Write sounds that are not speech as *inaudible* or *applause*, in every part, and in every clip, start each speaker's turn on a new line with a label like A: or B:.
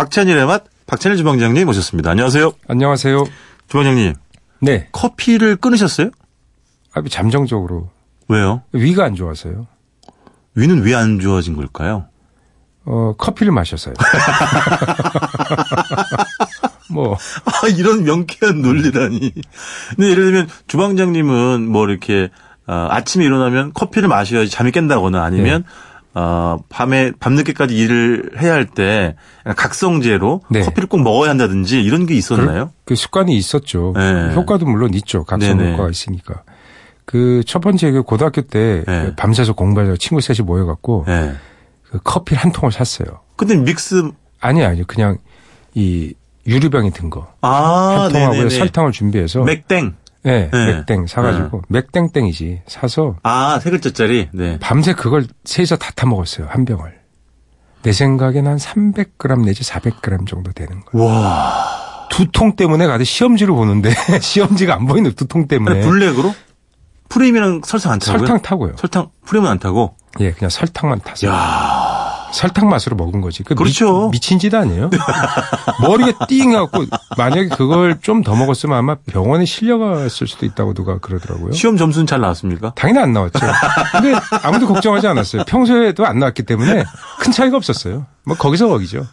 A: 박찬일의 맛, 박찬일 주방장님 모셨습니다. 안녕하세요.
B: 안녕하세요.
A: 주방장님,
B: 네.
A: 커피를 끊으셨어요?
B: 아, 잠정적으로.
A: 왜요?
B: 위가 안 좋아서요.
A: 위는 왜 안 좋아진 걸까요? *laughs*
B: 어, 커피를 마셨어요. *laughs* 뭐,
A: 아, 이런 명쾌한 논리라니. 근데 예를 들면 주방장님은 뭐 이렇게 어, 아침에 일어나면 커피를 마셔야지 잠이 깬다거나 아니면
B: 네.
A: 어, 밤에 밤늦게까지 일을 해야 할 때 각성제로
B: 네.
A: 커피를 꼭 먹어야 한다든지 이런 게 있었나요?
B: 그 습관이 있었죠.
A: 네.
B: 효과도 물론 있죠. 각성
A: 네네.
B: 효과가 있으니까. 그 첫 번째 그 고등학교 때
A: 네.
B: 밤새서 공부하자 친구 셋이 모여갖고
A: 예.
B: 그 커피를 한 통을 샀어요.
A: 근데 믹스
B: 아니, 아니, 그냥 이 유리병이 든 거.
A: 아,
B: 한 통하고
A: 네네네.
B: 설탕을 준비해서
A: 맥땡.
B: 네,
A: 네.
B: 맥땡 사가지고 맥땡땡이지 사서
A: 아, 세 글자짜리. 네.
B: 밤새 그걸 세서 다 타먹었어요. 한 병을. 내 생각엔 한 300g 내지 400g 정도 되는 거예요.
A: 와.
B: 두통 때문에 가서 시험지를 보는데 *laughs* 시험지가 안 보이는 두통 때문에
A: 블랙으로? 프레임이랑 설탕 안 타고요?
B: 네. 설탕 타고요.
A: 설탕 프레임은 안 타고.
B: 예, 그냥 설탕만 타서
A: 야.
B: 설탕 맛으로 먹은 거지. 그
A: 그렇죠.
B: 미, 친짓 아니에요?
A: *laughs*
B: 머리가 띵 해갖고 만약에 그걸 좀 더 먹었으면 아마 병원에 실려갔을 수도 있다고 누가 그러더라고요.
A: 시험 점수는 잘 나왔습니까? *laughs*
B: 당연히 안 나왔죠. 근데 아무도 걱정하지 않았어요. 평소에도 안 나왔기 때문에 큰 차이가 없었어요. 뭐 거기서 거기죠.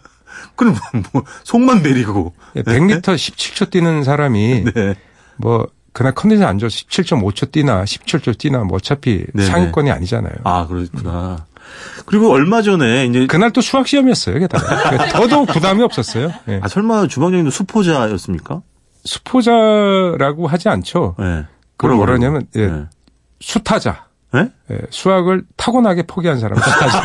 A: 그럼 뭐, 뭐 속만 내리고.
B: 100m 17초 뛰는 사람이
A: 네.
B: 뭐 그날 컨디션 안 좋아서 17.5초 뛰나 17초 뛰나 뭐 어차피
A: 네네.
B: 상위권이 아니잖아요.
A: 아, 그렇구나. 그리고 얼마 전에 이제
B: 그날 또 수학 시험이었어요, 게다가
A: *laughs*
B: 더더욱 부담이 없었어요. 예.
A: 아 설마 주방장님도 수포자였습니까?
B: 수포자라고 하지 않죠.
A: 네.
B: 그걸 뭐라 하냐면 예,
A: 네.
B: 수타자.
A: 네?
B: 예, 수학을 타고나게 포기한 사람
A: *laughs*
B: 수타자.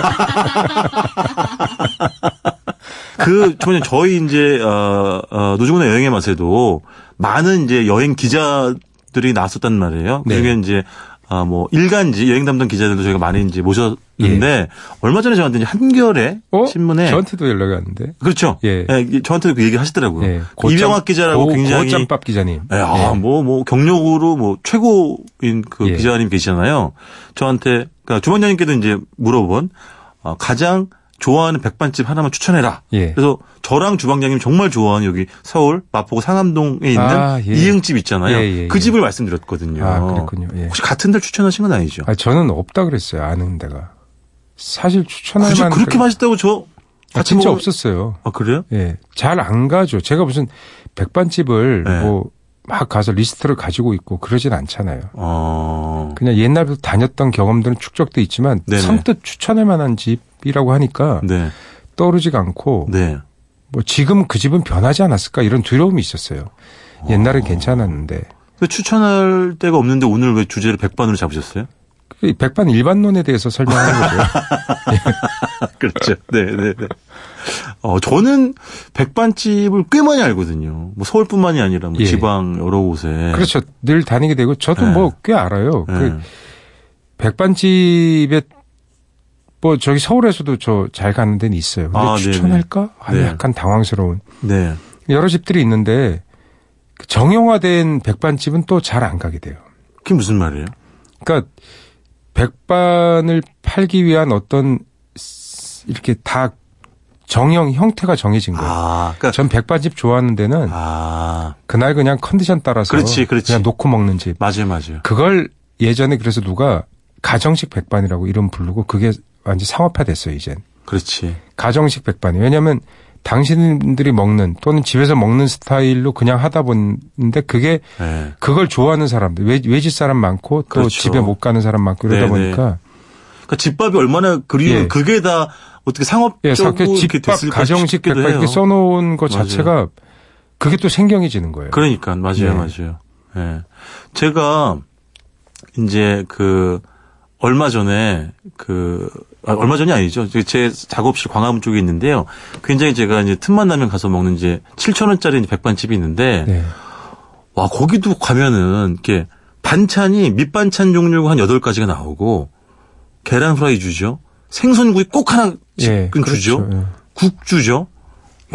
A: 그 저는 저희 이제 어, 어, 노중훈의 여행의 맛에도 많은 이제 여행 기자들이 나왔었단 말이에요.
B: 네.
A: 그중에 이제 아, 뭐 일간지 여행 담당 기자들도 저희가 많이 이제 모셨는데 얼마 전에 저한테 이제 한겨레
B: 예. 어?
A: 신문에
B: 저한테도 연락이 왔는데.
A: 그렇죠.
B: 예.
A: 예, 저한테도 그 얘기 하시더라고요.
B: 예,
A: 이병학 기자라고
B: 고-
A: 굉장히
B: 고짬밥 기자님.
A: 예, 아,
B: 예.
A: 뭐, 뭐, 경력으로 뭐, 최고인 그
B: 예.
A: 기자님 계시잖아요. 저한테, 그니까 주방장님께도 이제 물어본, 어, 가장 좋아하는 백반집 하나만 추천해라.
B: 예.
A: 그래서 저랑 주방장님 정말 좋아하는 여기 서울 마포구 상암동에 있는
B: 아, 예.
A: 이응집 있잖아요.
B: 예, 예,
A: 그
B: 예.
A: 집을 말씀드렸거든요.
B: 아, 그랬군요. 예.
A: 혹시 같은 데 추천하신 건 아니죠?
B: 아, 저는 없다 그랬어요. 아는 데가. 사실 추천할
A: 아, 굳이
B: 만한
A: 그렇게
B: 데가-
A: 맛있다고 저
B: 아,
A: 같이
B: 진짜
A: 먹-
B: 없었어요.
A: 아, 그래요?
B: 예. 잘 안 가죠. 제가 무슨 백반집을
A: 네.
B: 뭐 막 가서 리스트를 가지고 있고 그러진 않잖아요.
A: 어.
B: 그냥 옛날부터 다녔던 경험들은 축적돼 있지만
A: 네네.
B: 선뜻 추천할 만한 집이라고 하니까
A: 네.
B: 떠오르지가 않고
A: 네.
B: 뭐 지금 그 집은 변하지 않았을까 이런 두려움이 있었어요. 옛날엔 괜찮았는데
A: 왜 추천할 데가 없는데 오늘 왜 주제를 백반으로 잡으셨어요? *laughs*
B: 그 백반 일반론에 대해서 설명하는 거죠.
A: 그렇죠. 네, 네, 네. 어, 저는 백반집을 꽤 많이 알거든요. 뭐 서울뿐만이 아니라 뭐
B: 예.
A: 지방 여러 곳에.
B: 그렇죠. 늘 다니게 되고 저도
A: 네.
B: 뭐 꽤 알아요.
A: 예.
B: 그 백반집에 뭐 저기 서울에서도 저 잘 가는 데는 있어요. 근데
A: 아, 네네.
B: 추천할까? 아니
A: 네.
B: 약간 당황스러운
A: 네.
B: 여러 집들이 있는데 그 정형화된 백반집은 또 잘 안 가게 돼요.
A: 그게 무슨 말이에요?
B: 그러니까 백반을 팔기 위한 어떤 스- 이렇게 다 정형 형태가 정해진 거예요.
A: 아, 그러니까
B: 전 백반집 좋아하는 데는
A: 아,
B: 그날 그냥 컨디션 따라서
A: 그렇지, 그렇지.
B: 냥 놓고 먹는 집.
A: 맞아요, 맞아요.
B: 그걸 예전에 그래서 누가 가정식 백반이라고 이름 부르고 그게 완전 상업화됐어요, 이젠.
A: 그렇지.
B: 가정식 백반이. 왜냐면 하 당신들이 먹는 또는 집에서 먹는 스타일로 그냥 하다 보는데 그게
A: 예.
B: 그걸 좋아하는 사람들, 외, 외지 사람 많고 또
A: 그렇죠.
B: 집에 못 가는 사람 많고 이러다
A: 네네.
B: 보니까
A: 그러니까 집밥이 얼마나 그리운
B: 예.
A: 그게 다 어떻게
B: 예,
A: 상업적으로
B: 사케
A: 이렇게
B: 집밥
A: 됐을까
B: 가정식
A: 싶기도
B: 백반 이렇게
A: 해요.
B: 써놓은 것
A: 맞아요.
B: 자체가 그게 또 생경해지는 거예요.
A: 그러니까 맞아요,
B: 네.
A: 맞아요. 예. 제가 이제 그 얼마 전에 그 아, 얼마 전이 아니죠. 제- 제 작업실 광화문 쪽에 있는데요. 굉장히 제가 이제 틈만 나면 가서 먹는 이제 7천 원짜리 백반집이 있는데
B: 네.
A: 와 거기도 가면은 이렇게 반찬이 밑반찬 종류가 한 8가지가 나오고 계란 후라이 주죠. 생선구이 꼭 하나
B: 예,
A: 주죠.
B: 그렇죠. 예.
A: 국 주죠.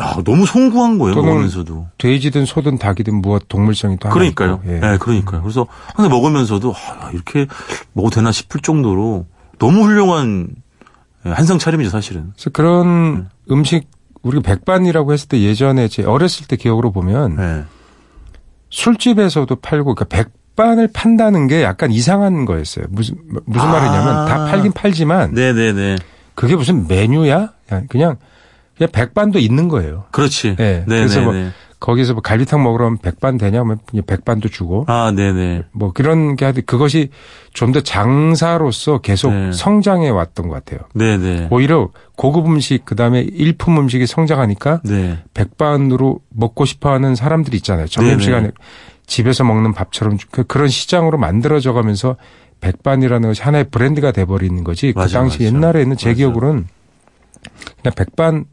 A: 야, 너무 송구한 거예요,
B: 또는
A: 먹으면서도.
B: 돼지든 소든 닭이든 무엇 동물성이 또 하나
A: 그러니까요.
B: 있고.
A: 예,
B: 예.
A: 그러니까요. 그래서 항상 먹으면서도 아, 야, 이렇게 먹어도 되나 싶을 정도로 너무 훌륭한 예, 한상 차림이죠, 사실은.
B: 그래서 그런 음식 우리가 백반이라고 했을 때 예전에 제 어렸을 때 기억으로 보면
A: 네.
B: 술집에서도 팔고 그러니까 백반을 판다는 게 약간 이상한 거였어요. 무슨 무슨
A: 아.
B: 말이냐면 다 팔긴 팔지만
A: 네네네.
B: 그게 무슨 메뉴야? 그냥 그냥 백반도 있는 거예요.
A: 그렇지.
B: 네, 그래서 뭐- 거기서 뭐 갈비탕 먹으러 가면 백반 되냐 하면 그냥 백반도 주고
A: 아, 네네.
B: 뭐 그런 게 하여튼 그것이 좀 더 장사로서 계속
A: 네.
B: 성장해 왔던 것 같아요.
A: 네네.
B: 오히려 고급 음식 그다음에 일품 음식이 성장하니까
A: 네.
B: 백반으로 먹고 싶어하는 사람들이 있잖아요. 점심시간에 집에서 먹는 밥처럼 그- 그런 시장으로 만들어져 가면서 백반이라는 것이 하나의 브랜드가 돼버리는 거지. 그
A: 맞아, 맞아.
B: 당시 옛날에는 제
A: 맞아.
B: 기억으로는 그냥 백반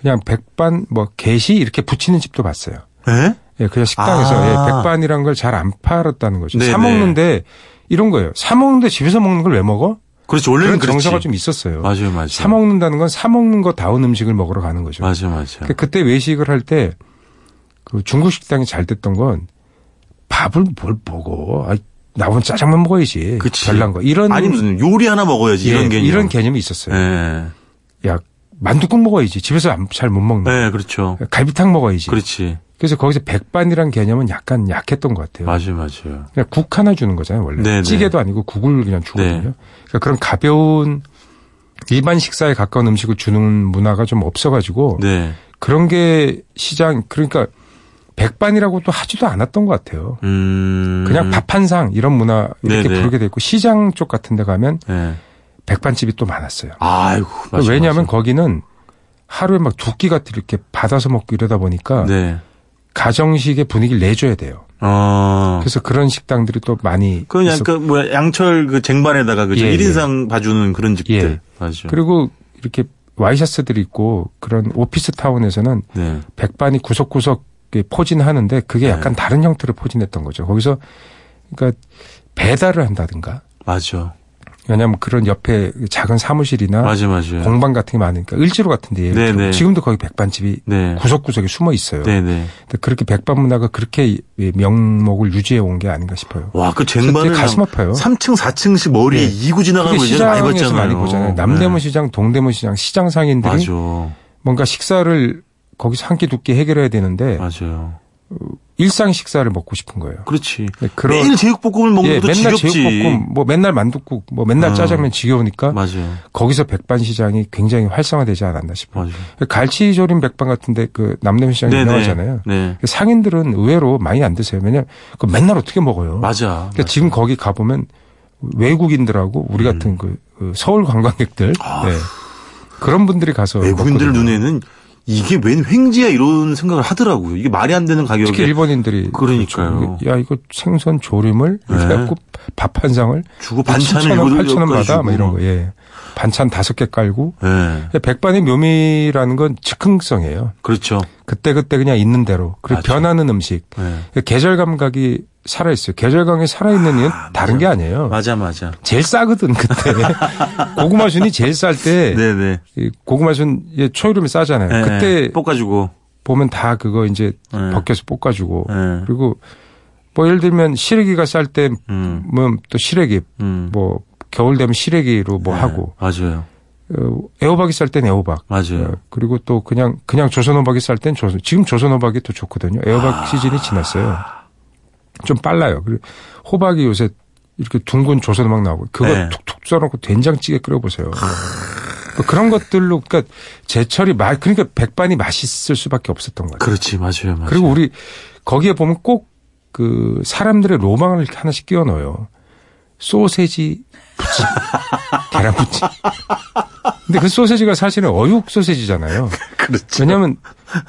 B: 그냥 백반 뭐 게시 이렇게 붙이는 집도 봤어요.
A: 에?
B: 예, 그냥 식당에서
A: 아.
B: 예, 백반이란 걸 잘 안 팔았다는 거죠.
A: 네네.
B: 사 먹는데 이런 거예요. 사 먹는데 집에서 먹는 걸 왜 먹어?
A: 그렇지.
B: 그런
A: 원래는 그렇지.
B: 정서가 좀 있었어요.
A: 맞아요, 맞아요.
B: 사 먹는다는 건 사 먹는 거 다운 음식을 먹으러 가는 거죠.
A: 맞아요, 맞아요.
B: 그때 외식을 할 때 그 중국 식당이 잘 됐던 건 밥을 뭘 먹어? 아, 나보면 짜장면 먹어야지.
A: 그치.
B: 별난 거. 이런
A: 아니 무슨 요리 하나 먹어야지
B: 예,
A: 이런 개념.
B: 이런 개념이 있었어요.
A: 예.
B: 야 만두국 먹어야지. 집에서 잘 못 먹는.
A: 예, 그렇죠.
B: 거. 갈비탕 먹어야지.
A: 그렇지.
B: 음. 그래서 거기서 백반이란 개념은 약간 약했던 것 같아요.
A: 맞아요, 맞아요.
B: 그냥 국 하나 주는 거잖아요, 원래.
A: 네네. 네.
B: 찌개도 아니고 국을 그냥 주거든요. 그러니까 그런 가벼운 일반 식사에 가까운 음식을 주는 문화가 좀 없어가지고
A: 네.
B: 그런 게 시장, 그러니까 백반이라고 또 하지도 않았던 것 같아요.
A: 음.
B: 그냥 밥 한 상 이런 문화 이렇게
A: 네네.
B: 부르게 돼 있고 시장 쪽 같은 데 가면
A: 예.
B: 백반집이 또 많았어요. 그러니까
A: 아이고. 맞아요,
B: 그 왜냐하면 거기는 하루에 막 두 끼 같은 이렇게 받아서 먹고 이러다 보니까
A: 맞아요. 네.
B: 가정식의 분위기를 내줘야 돼요.
A: 어.
B: 그래서 그런 식당들이 또 많이
A: 그
B: 있었고.
A: 약간 뭐 양철 그 쟁반에다가 그죠
B: 예, 예.
A: 1인상 봐주는 그런 집들.
B: 예.
A: 맞아요.
B: 그리고 이렇게 와이셔츠들이 있고 그런 오피스 타운에서는
A: 네.
B: 백반이 구석구석 이렇게 포진하는데 그게 약간 다른 형태로 포진했던 거죠. 거기서 그러니까 배달을 한다든가
A: 맞아.
B: 왜냐하면 그런 옆에 작은 사무실이나
A: 맞아, 맞아. 요
B: 공방 같은 게 많으니까 을지로 같은 데 예를
A: 네네.
B: 들어 지금도 거기 백반집이
A: 네.
B: 구석구석에 숨어 있어요.
A: 네, 네.
B: 근데 그렇게 백반 문화가 그렇게 이 명목을 유지해 온 게 아닌가 싶어요.
A: 와, 그
B: 그래서 되게
A: 쟁반을
B: 가슴 아파요.
A: 3층, 4층씩 머리에
B: 네.
A: 이고 지나가는
B: 그게
A: 거 이제 많이
B: 시장에서
A: 봤잖아요.
B: 많이 보잖아요. 남대문 시장, 동대문 시장, 시장
A: 네.
B: 상인들이
A: 맞아.
B: 뭔가 식사를 거기서 한 끼 두 끼 해결해야 되는데
A: 맞아요.
B: 일상 식사를 먹고 싶은 거예요.
A: 그렇지.
B: 네, 그런
A: 매일 제육볶음을 먹는
B: 예,
A: 것도
B: 맨날
A: 지겹지.
B: 제육볶음, 뭐 맨날 만둣국, 뭐 맨날
A: 어.
B: 짜장면 지겨우니까
A: 맞아요.
B: 거기서 백반 시장이 굉장히 활성화되지 않았나 싶어요.
A: 맞아요.
B: 갈치 조림 백반 같은데 그 남대문 시장이
A: 네네.
B: 유명하잖아요.
A: 네.
B: 상인들은 의외로 많이 안 드세요. 왜냐면 그 맨날 어떻게 먹어요.
A: 맞아.
B: 그러니까 지금 거기 가 보면 외국인들하고 우리 같은 그, 그 서울 관광객들
A: 음. 아.
B: 예. 그런 분들이 가서
A: 외국인들
B: 먹거든요.
A: 눈에는 이게 웬 횡재야 이런 생각을 하더라고요. 이게 말이 안 되는 가격에.
B: 특히 일본인들이
A: 그러니까요.
B: 야 이거 생선 조림을
A: 네.
B: 이렇게 갖고 밥 한 상을
A: 주고 뭐 반찬을
B: 7천 원, 8천 원
A: 일곱
B: 받아 뭐
A: 가지
B: 이런
A: 주고.
B: 거. 예. 반찬 다섯 개 깔고
A: 예.
B: 근데 백반의 묘미라는 건 즉흥성이에요.
A: 그렇죠.
B: 그때 그때 그냥 있는 대로 그리고
A: 맞아.
B: 변하는 음식
A: 예.
B: 계절 감각이 살아 있어요. 계절 감각이 살아 있는 이유는 다른 게 아니에요.
A: 맞아, 맞아.
B: 제일 싸거든
A: *laughs*
B: 그때 고구마 순이 제일 쌀 때
A: 네네.
B: 고구마 순 예, 초이름이 싸잖아요.
A: 예,
B: 그때
A: 볶아주고.
B: 보면 다 그거 이제
A: 예.
B: 벗겨서 볶아주고
A: 예.
B: 어, 그리고 뭐 예를 들면 시래기가 쌀 때면 뭐
A: 음.
B: 또 시래기
A: 음.
B: 뭐 겨울 되면 시래기로 뭐
A: 예.
B: 하고
A: 맞아요.
B: 어, 애호박이 쌀 땐 애호박
A: 맞아요.
B: 어, 그리고 또 그냥 그냥 조선 호박이 쌀 땐 조선 지금 조선 호박이 또 좋거든요 애호박 시즌이 지났어요 좀 빨라요 그리고 호박이 요새 이렇게 둥근 조선 호박 나오고 그거
A: 네.
B: 툭툭 썰어놓고 된장찌개 끓여보세요 뭐 그런 것들로 그러니까 제철이 맛 그러니까 백반이 맛있을 수밖에 없었던 거예요
A: 그렇지, 맞아요, 맞아요.
B: 그리고 우리 거기에 보면 꼭 그 사람들의 로망을 이렇게 하나씩 끼워 넣어요. 소세지
A: *laughs*
B: 부침, 계란 부침. 근데 그 소세지가 사실은 어육 소세지잖아요.
A: 그렇죠. 네.
B: 왜냐하면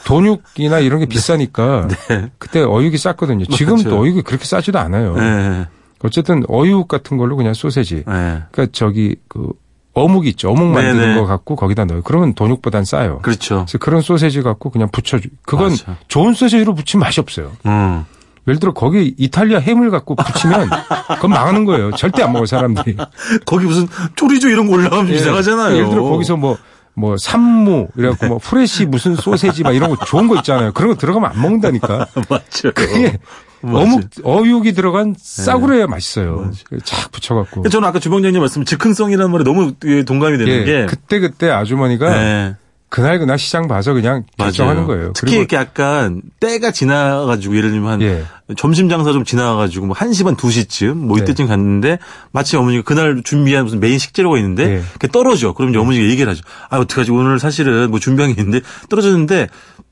B: 돈육이나 이런 게 비싸니까 그때 어육이 쌌거든요. 지금도
A: 맞아요.
B: 어육이 그렇게 싸지도 않아요.
A: 예.
B: 어쨌든 어육 같은 걸로 그냥 소세지.
A: 예.
B: 그러니까 저기 그 어묵 있죠. 어묵 만드는
A: 네네.
B: 거 갖고 거기다 넣어요. 그러면 돈육보단 싸요.
A: 그렇죠.
B: 그래서 그런 소세지 갖고 그냥 부쳐주. 그건
A: 맞아.
B: 좋은 소세지로 부치면 맛이 없어요.
A: 음.
B: 예를 들어 거기 이탈리아 햄을 갖고 부치면 그건 망하는 거예요. 절대 안 먹어 사람들이.
A: 거기 무슨 쪼리조 *laughs* 이런 거 올라가면
B: 예.
A: 이상하잖아요.
B: 예를 들어 거기서 뭐. 뭐 산무 이래갖고 뭐 프레시 무슨 소세지 막 이런 거 좋은 거 있잖아요. 그런 거 들어가면 안 먹는다니까.
A: *laughs*
B: *laughs*
A: 맞죠.
B: 그게
A: 맞아요. 네.
B: 어묵 어육이 들어간 싸구려야 맛있어요. 착 붙여갖고.
A: 저는 아까 주방장님 말씀 즉흥성이라는 말에 너무 예, 동감이 되는
B: 예,
A: 게
B: 그때 그때 아주머니가
A: 예.
B: 그날 그날 시장 봐서 그냥 결정하는 거예요.
A: 특히 이렇게 약간 때가 지나가지고 예를 들면 한
B: 예.
A: 점심 장사 좀 지나가지고 뭐 1시 반 2시쯤 뭐
B: 네.
A: 이때쯤 갔는데 마치 어머니가 그날 준비한 무슨 메인 식재료가 있는데
B: 예.
A: 그게 떨어져. 그럼 이제 어머니가 얘기를 하죠. 아, 어떡하지. 오늘 사실은 뭐 준비한 게 있는데 떨어졌는데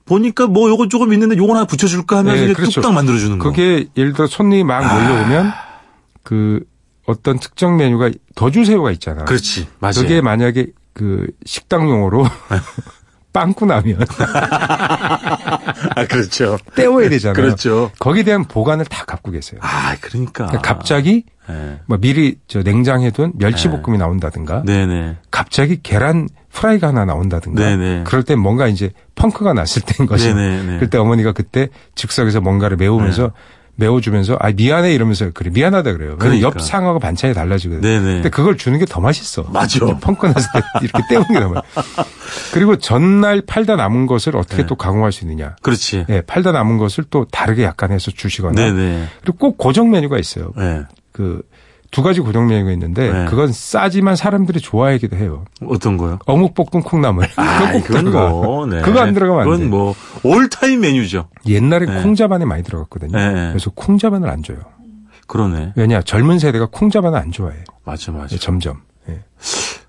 A: 보니까 뭐 요거 조금 있는데 요거 하나 붙여줄까 하면서
B: 예,
A: 이게
B: 그렇죠.
A: 뚝딱 만들어주는 거. 아.
B: 그게 예를 들어 손님이 막 몰려오면 그 어떤 특정 메뉴가 더 주세요가 있잖아.
A: 그렇지. 맞아요.
B: 그게 만약에 그 식당 용어로 *laughs* 빵꾸 나면 *laughs*
A: 아, 그렇죠.
B: 떼워야 되잖아요.
A: 그렇죠.
B: 거기에 대한 보관을 다 갖고 계세요.
A: 아, 그러니까.
B: 그러니까 갑자기
A: 네.
B: 뭐 미리 저 냉장해둔 멸치볶음이 나온다든가
A: 네네.
B: 갑자기 계란 프라이가 하나 나온다든가
A: 네네.
B: 그럴 때 뭔가 이제 펑크가 났을 때인 거죠.
A: 네네네. 네.
B: 그럴 때 어머니가 그때 즉석에서 뭔가를 메우면서 메워주면서 아 미안해 이러면서 그래 미안하다 그래요.
A: 그러니까.
B: 그러니까. 옆 상하고 반찬이 달라지거든요.
A: 네네.
B: 근데 그걸 주는 게 더 맛있어.
A: 맞아.
B: 이렇게 펑크 나서 이렇게 때우는 게 나와요. 그리고 전날 팔다 남은 것을
A: 네.
B: 어떻게 또 가공할 수 있느냐.
A: 그렇지.
B: 예, 팔다 남은 것을 또 다르게 약간 해서 주시거나.
A: 네네.
B: 그리고 꼭 고정 메뉴가 있어요.
A: 네.
B: 그 두 가지 고정 메뉴가 있는데
A: 네.
B: 그건 싸지만 사람들이 좋아하기도 해요.
A: 어떤 거요?
B: 어묵 볶음 콩나물.
A: 아,
B: 그거 꼭
A: 그건
B: 들어가.
A: 뭐, 네.
B: 그거 안 들어가면 안 돼.
A: 그건 뭐, 올타임 메뉴죠.
B: 옛날에
A: 네.
B: 콩자반에 많이 들어갔거든요.
A: 네, 네.
B: 그래서 콩자반을 안 줘요.
A: 그러네.
B: 왜냐 젊은 세대가 콩자반을 안 좋아해.
A: 맞아, 맞아.
B: 예, 점점. 예.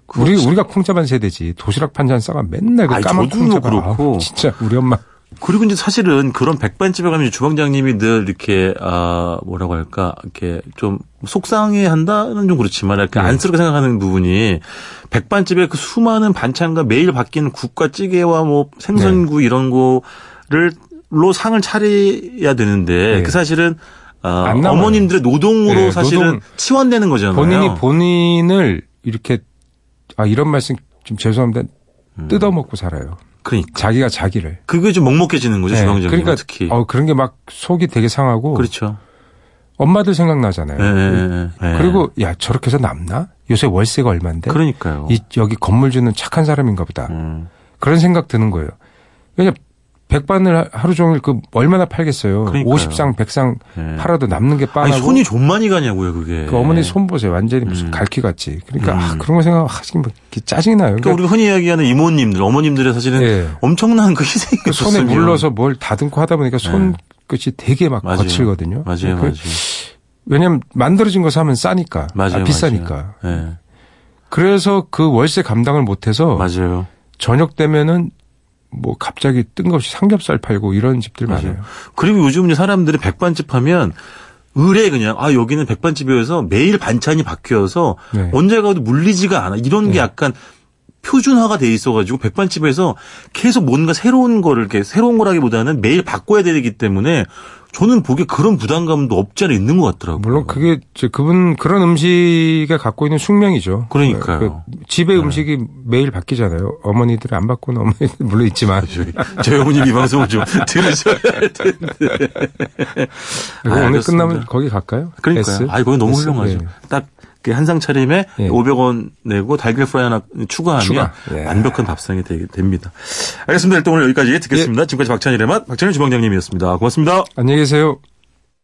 A: 그거
B: 우리 우리가 콩자반 세대지 도시락 반찬 싸가 맨날 그
A: 아니,
B: 까만
A: 저도요,
B: 콩자반. 아우,
A: 그렇고.
B: 진짜 우리 엄마.
A: 그리고 이제 사실은 그런 백반집에 가면 주방장님이 늘 이렇게, 아, 뭐라고 할까, 이렇게 좀 속상해 한다는 좀 그렇지만, 이렇게
B: 네.
A: 안쓰럽게 생각하는 부분이, 백반집에 그 수많은 반찬과 매일 바뀌는 국과 찌개와 뭐 생선구
B: 네.
A: 이런 거를, 로 상을 차려야 되는데,
B: 네.
A: 그 사실은, 아,
B: 안 남아요.
A: 어머님들의 노동으로
B: 네,
A: 사실은
B: 노동.
A: 치환되는 거잖아요.
B: 본인이 본인을 이렇게 아 이런 말씀 좀 죄송합니다.
A: 음.
B: 뜯어먹고 살아요.
A: 그러니까.
B: 자기가 자기를.
A: 그게 좀 먹먹해지는 거죠,
B: 예,
A: 주방장님
B: 그러니까
A: 특히.
B: 어 그런 게 막 속이 되게 상하고
A: 그렇죠.
B: 엄마들 생각나잖아요.
A: 예, 예, 예.
B: 네. 그리고 야 저렇게 해서 남나? 요새 월세가 얼마인데?
A: 그러니까요.
B: 이 여기 건물 주는 착한 사람인가 보다.
A: 음.
B: 그런 생각 드는 거예요. 왜냐 백반을 하- 하루 종일 그 얼마나 팔겠어요.
A: 그러니까요.
B: 50상 100상
A: 예.
B: 팔아도 남는 게
A: 아니
B: 빠하고
A: 손이 네. 음. 좀 많이 가냐고요, 그게.
B: 그 어머니 손 보세요. 완전히 무슨 갈퀴 같지. 그러니까 아, 그런 거 생각하시면 짜증이 나요.
A: 음. 그러니까
B: 그러니까
A: 우리가 흔히 이야기하는 이모님들, 어머님들의 사실은
B: 예.
A: 엄청난 그 희생이
B: 그 손에 물러서 뭘 다듬고 하다 보니까 손끝이 되게 막
A: 네. 맞아요.
B: 거칠거든요.
A: 맞아요,
B: 그-
A: 맞아요.
B: 왜냐면 만들어진 거 사면 싸니까. 아,
A: 맞아요. 예,
B: 비싸니까.
A: 맞아요.
B: 그래서 그 월세 감당을
A: 예.
B: 못해서
A: 맞아요.
B: 저녁 되면은 뭐 갑자기 뜬금없이 삼겹살 팔고 이런 집들 많아요.
A: 그리고 요즘 이제 사람들이 백반집 하면 의뢰 그냥 아 여기는 백반집이어서 매일 반찬이 바뀌어서
B: 네.
A: 언제 가도 물리지가 않아 이런 게 약간 표준화가 돼 있어가지고 백반집에서 계속 뭔가 새로운 거를 이렇게 새로운 거라기보다는 매일 바꿔야 되기 때문에 저는 보기에 그런 부담감도 없지 않아 있는 것 같더라고요.
B: 물론 그게 이제 그분 그런 음식에 갖고 있는 숙명이죠.
A: 그러니까요. 네.
B: 그 집의 음식이 매일 바뀌잖아요. 어머니들은 안 바꾸는 어머니들 물론 있지만
A: 그렇죠. 저희 어머님 이 방송을 좀 *laughs* 들으셔야 할 텐데.
B: 그리고
A: 아,
B: 오늘
A: 알겠습니다.
B: 끝나면 거기 갈까요?
A: 그러니까요. 아, 이거 너무
B: S?
A: 훌륭하죠.
B: 네.
A: 딱, 그 한상 차림에
B: 예.
A: 500원 내고 달걀 프라이 하나 추가하면
B: 추가. 예.
A: 완벽한 밥상이 되, 됩니다.
B: 예.
A: 알겠습니다. 일단 오늘 여기까지 듣겠습니다. 지금까지 박찬일의 맛, 박찬일 주방장님이었습니다. 고맙습니다.
B: 안녕히 계세요.